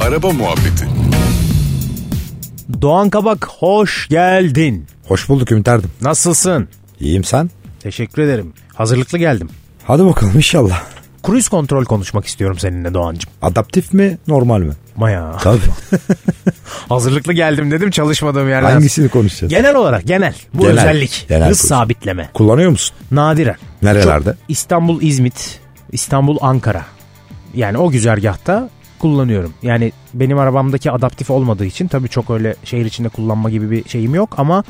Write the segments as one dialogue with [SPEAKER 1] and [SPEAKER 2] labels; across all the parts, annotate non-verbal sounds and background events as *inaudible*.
[SPEAKER 1] Araba Muhabbeti
[SPEAKER 2] Doğan Kabak hoş geldin.
[SPEAKER 3] Hoş bulduk Ümit Erdim.
[SPEAKER 2] Nasılsın?
[SPEAKER 3] İyiyim sen?
[SPEAKER 2] Teşekkür ederim. Hazırlıklı geldim.
[SPEAKER 3] Hadi bakalım inşallah.
[SPEAKER 2] Cruise kontrol konuşmak istiyorum seninle Doğancım.
[SPEAKER 3] Adaptif mi normal mi?
[SPEAKER 2] Maya.
[SPEAKER 3] Tabii.
[SPEAKER 2] Hazırlıklı geldim dedim çalışmadığım yerden.
[SPEAKER 3] *laughs* Hangisini konuşacağız?
[SPEAKER 2] Genel olarak genel. Bu
[SPEAKER 3] Genel,
[SPEAKER 2] özellik.
[SPEAKER 3] genel
[SPEAKER 2] hız
[SPEAKER 3] konuşma.
[SPEAKER 2] sabitleme.
[SPEAKER 3] Kullanıyor musun?
[SPEAKER 2] Nadiren.
[SPEAKER 3] Nerelerde?
[SPEAKER 2] Çok İstanbul İzmit, İstanbul Ankara. Yani o güzergahta kullanıyorum. Yani benim arabamdaki adaptif olmadığı için tabii çok öyle şehir içinde kullanma gibi bir şeyim yok ama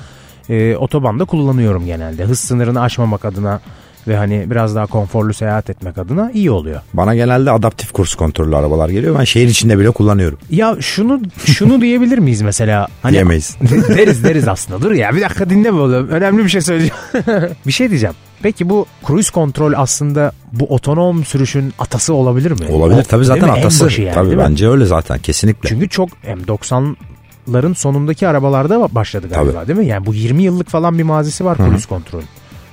[SPEAKER 2] e, otobanda kullanıyorum genelde. Hız sınırını aşmamak adına ve hani biraz daha konforlu seyahat etmek adına iyi oluyor.
[SPEAKER 3] Bana genelde adaptif kurs kontrollü arabalar geliyor. Ben şehir içinde bile kullanıyorum.
[SPEAKER 2] Ya şunu şunu diyebilir miyiz mesela? Hani
[SPEAKER 3] Diyemeyiz.
[SPEAKER 2] *laughs* deriz deriz aslında. Dur ya bir dakika dinle be oğlum. Önemli bir şey söyleyeceğim. *laughs* bir şey diyeceğim. Peki bu cruise kontrol aslında bu otonom sürüşün atası olabilir mi?
[SPEAKER 3] Olabilir
[SPEAKER 2] O-
[SPEAKER 3] tabii zaten
[SPEAKER 2] değil mi? En
[SPEAKER 3] atası.
[SPEAKER 2] başı yani,
[SPEAKER 3] tabii
[SPEAKER 2] değil mi?
[SPEAKER 3] bence öyle zaten kesinlikle.
[SPEAKER 2] Çünkü çok hem 90'ların sonundaki arabalarda başladı galiba
[SPEAKER 3] Tabii.
[SPEAKER 2] değil mi? Yani bu 20 yıllık falan bir mazisi var cruise kontrol.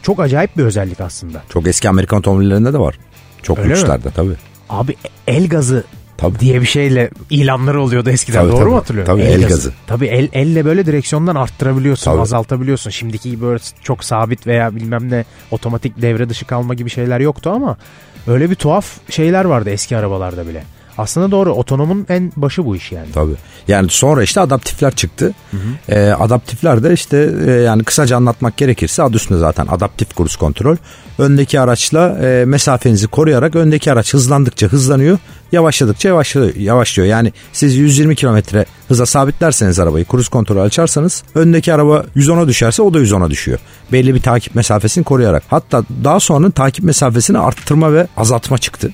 [SPEAKER 2] Çok acayip bir özellik aslında.
[SPEAKER 3] Çok eski Amerikan otomobillerinde de var. Çok
[SPEAKER 2] Öyle mi?
[SPEAKER 3] lükslerde tabii.
[SPEAKER 2] Abi el gazı
[SPEAKER 3] Tabii.
[SPEAKER 2] diye bir şeyle ilanları oluyordu eskiden.
[SPEAKER 3] Tabii,
[SPEAKER 2] Doğru mu
[SPEAKER 3] tabii.
[SPEAKER 2] hatırlıyorum?
[SPEAKER 3] Tabii, el gazı.
[SPEAKER 2] Tabii el, elle böyle direksiyondan arttırabiliyorsun,
[SPEAKER 3] Tabii.
[SPEAKER 2] azaltabiliyorsun. Şimdiki gibi böyle çok sabit veya bilmem ne otomatik devre dışı kalma gibi şeyler yoktu ama öyle bir tuhaf şeyler vardı eski arabalarda bile. Aslında doğru otonomun en başı bu iş yani.
[SPEAKER 3] Tabii. Yani sonra işte adaptifler çıktı. Ee, adaptifler de işte e, yani kısaca anlatmak gerekirse adı üstünde zaten adaptif kurs kontrol. Öndeki araçla e, mesafenizi koruyarak öndeki araç hızlandıkça hızlanıyor. Yavaşladıkça yavaşlıyor. yavaşlıyor. Yani siz 120 kilometre hıza sabitlerseniz arabayı kurs kontrolü açarsanız öndeki araba 110'a düşerse o da 110'a düşüyor. Belli bir takip mesafesini koruyarak. Hatta daha sonra takip mesafesini arttırma ve azaltma çıktı.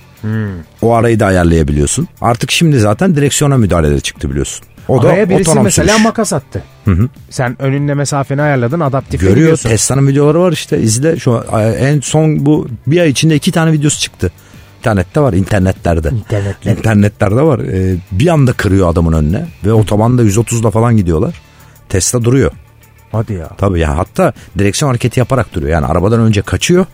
[SPEAKER 3] O arayı da ayarlayabiliyorsun. Artık şimdi zaten direksiyona müdahale de çıktı biliyorsun. O da
[SPEAKER 2] Araya birisi
[SPEAKER 3] otonom
[SPEAKER 2] mesela
[SPEAKER 3] sürüş.
[SPEAKER 2] makas attı. Sen önünle mesafeni ayarladın adaptif
[SPEAKER 3] Görüyor
[SPEAKER 2] ediyorsun.
[SPEAKER 3] Tesla'nın videoları var işte izle şu an- en son bu bir ay içinde iki tane videosu çıktı. İnternette var internetlerde.
[SPEAKER 2] İnternetle.
[SPEAKER 3] İnternetlerde var. Ee, bir anda kırıyor adamın önüne ve otobanda 130'la falan gidiyorlar. Tesla duruyor.
[SPEAKER 2] Hadi ya.
[SPEAKER 3] Tabii ya hatta direksiyon hareketi yaparak duruyor. Yani arabadan önce kaçıyor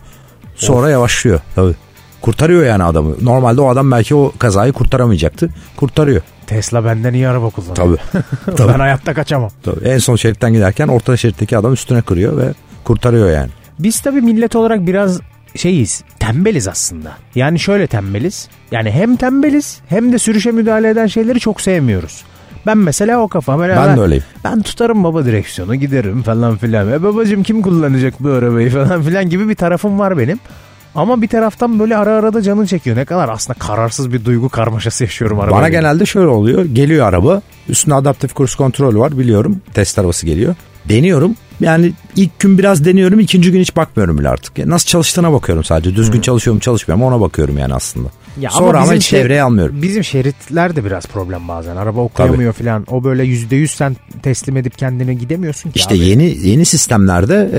[SPEAKER 3] sonra yavaşlıyor. Tabii. Kurtarıyor yani adamı. Normalde o adam belki o kazayı kurtaramayacaktı. Kurtarıyor.
[SPEAKER 2] Tesla benden iyi araba kullanıyor.
[SPEAKER 3] Tabii.
[SPEAKER 2] *laughs*
[SPEAKER 3] tabii.
[SPEAKER 2] Ben hayatta kaçamam.
[SPEAKER 3] Tabii. En son şeritten giderken orta şeritteki adam üstüne kırıyor ve kurtarıyor yani.
[SPEAKER 2] Biz tabii millet olarak biraz şeyiz, tembeliz aslında. Yani şöyle tembeliz. Yani hem tembeliz hem de sürüşe müdahale eden şeyleri çok sevmiyoruz. Ben mesela o kafa. Böyle
[SPEAKER 3] Ben de öyleyim.
[SPEAKER 2] Ben tutarım baba direksiyonu giderim falan filan. E babacım kim kullanacak bu arabayı falan filan gibi bir tarafım var benim. Ama bir taraftan böyle ara ara da canın çekiyor. Ne kadar aslında kararsız bir duygu karmaşası yaşıyorum arabayla.
[SPEAKER 3] Bana genelde şöyle oluyor. Geliyor araba. Üstüne adaptif kurs kontrol var biliyorum. Test arabası geliyor. Deniyorum. Yani ilk gün biraz deniyorum. ikinci gün hiç bakmıyorum bile artık. Ya Nasıl çalıştığına bakıyorum sadece. Düzgün çalışıyor mu çalışmıyor mu ona bakıyorum yani aslında.
[SPEAKER 2] Ya
[SPEAKER 3] Sonra ama,
[SPEAKER 2] bizim
[SPEAKER 3] hiç
[SPEAKER 2] şey-
[SPEAKER 3] devreye almıyorum.
[SPEAKER 2] Bizim şeritler de biraz problem bazen. Araba okuyamıyor filan. O böyle %100 sen teslim edip kendine gidemiyorsun ki
[SPEAKER 3] İşte
[SPEAKER 2] abi.
[SPEAKER 3] yeni yeni sistemlerde e,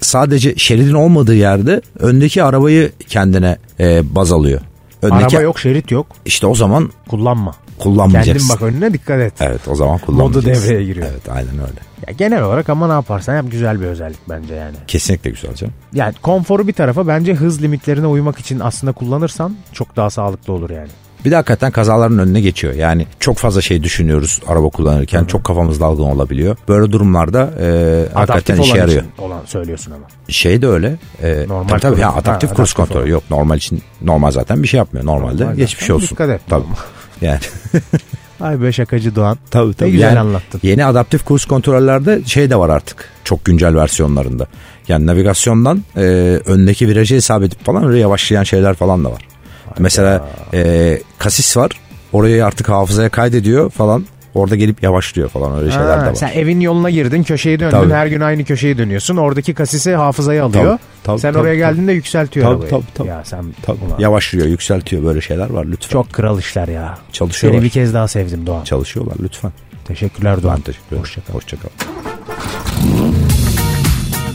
[SPEAKER 3] sadece şeridin olmadığı yerde öndeki arabayı kendine e, baz alıyor. Öndeki,
[SPEAKER 2] Araba yok şerit yok.
[SPEAKER 3] İşte o zaman
[SPEAKER 2] Kullanma. Kendin
[SPEAKER 3] kullanmayacaksın.
[SPEAKER 2] bak önüne dikkat et.
[SPEAKER 3] Evet o zaman kullanmayacaksın.
[SPEAKER 2] devreye giriyor.
[SPEAKER 3] Evet aynen öyle.
[SPEAKER 2] Ya genel olarak ama ne yaparsan yap güzel bir özellik bence yani.
[SPEAKER 3] Kesinlikle güzel canım.
[SPEAKER 2] Yani konforu bir tarafa bence hız limitlerine uymak için aslında kullanırsan çok daha sağlıklı olur yani.
[SPEAKER 3] Bir de hakikaten kazaların önüne geçiyor. Yani çok fazla şey düşünüyoruz araba kullanırken. Çok kafamız dalgın olabiliyor. Böyle durumlarda e, hakikaten işe
[SPEAKER 2] olan
[SPEAKER 3] yarıyor.
[SPEAKER 2] için olan söylüyorsun ama.
[SPEAKER 3] Şey de öyle. E,
[SPEAKER 2] Normal
[SPEAKER 3] tabii, tabii,
[SPEAKER 2] kurs.
[SPEAKER 3] ya,
[SPEAKER 2] Ha,
[SPEAKER 3] adaptif
[SPEAKER 2] adaptif
[SPEAKER 3] kurs kontrolü.
[SPEAKER 2] olan.
[SPEAKER 3] Yok normal için normal zaten bir şey yapmıyor. Normalde
[SPEAKER 2] Normal
[SPEAKER 3] geçmiş
[SPEAKER 2] zaten.
[SPEAKER 3] olsun.
[SPEAKER 2] Dikkat et.
[SPEAKER 3] Tabii. Yani,
[SPEAKER 2] Ay be şakacı Doğan.
[SPEAKER 3] tabii, tabii.
[SPEAKER 2] güzel
[SPEAKER 3] Yani
[SPEAKER 2] anlattın.
[SPEAKER 3] Yeni adaptif kurs kontrollerde şey de var artık. Çok güncel versiyonlarında. Yani navigasyondan e, öndeki virajı hesap edip falan öyle yavaşlayan şeyler falan da var. Mesela e, kasis var. Orayı artık hafızaya kaydediyor falan. Orada gelip yavaşlıyor falan öyle şeyler de
[SPEAKER 2] Ha,
[SPEAKER 3] var.
[SPEAKER 2] sen evin yoluna girdin köşeyi döndün
[SPEAKER 3] Tabii.
[SPEAKER 2] her gün aynı köşeyi dönüyorsun. Oradaki kasisi hafızaya alıyor.
[SPEAKER 3] Tabii, tabii,
[SPEAKER 2] sen
[SPEAKER 3] tabii,
[SPEAKER 2] oraya
[SPEAKER 3] tabii.
[SPEAKER 2] geldiğinde yükseltiyor
[SPEAKER 3] Tabii,
[SPEAKER 2] arabayı.
[SPEAKER 3] tabii, tabii.
[SPEAKER 2] Ya sen
[SPEAKER 3] Tabii.
[SPEAKER 2] ulan,
[SPEAKER 3] Yavaşlıyor, yükseltiyor böyle şeyler var lütfen.
[SPEAKER 2] çok kral işler ya.
[SPEAKER 3] Çalışıyorlar.
[SPEAKER 2] Seni bir kez daha sevdim Doğan.
[SPEAKER 3] Çalışıyorlar lütfen.
[SPEAKER 2] Teşekkürler Doğan.
[SPEAKER 3] Ben teşekkür ederim. Hoşçakal.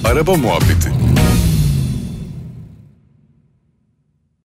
[SPEAKER 1] Araba Muhabbeti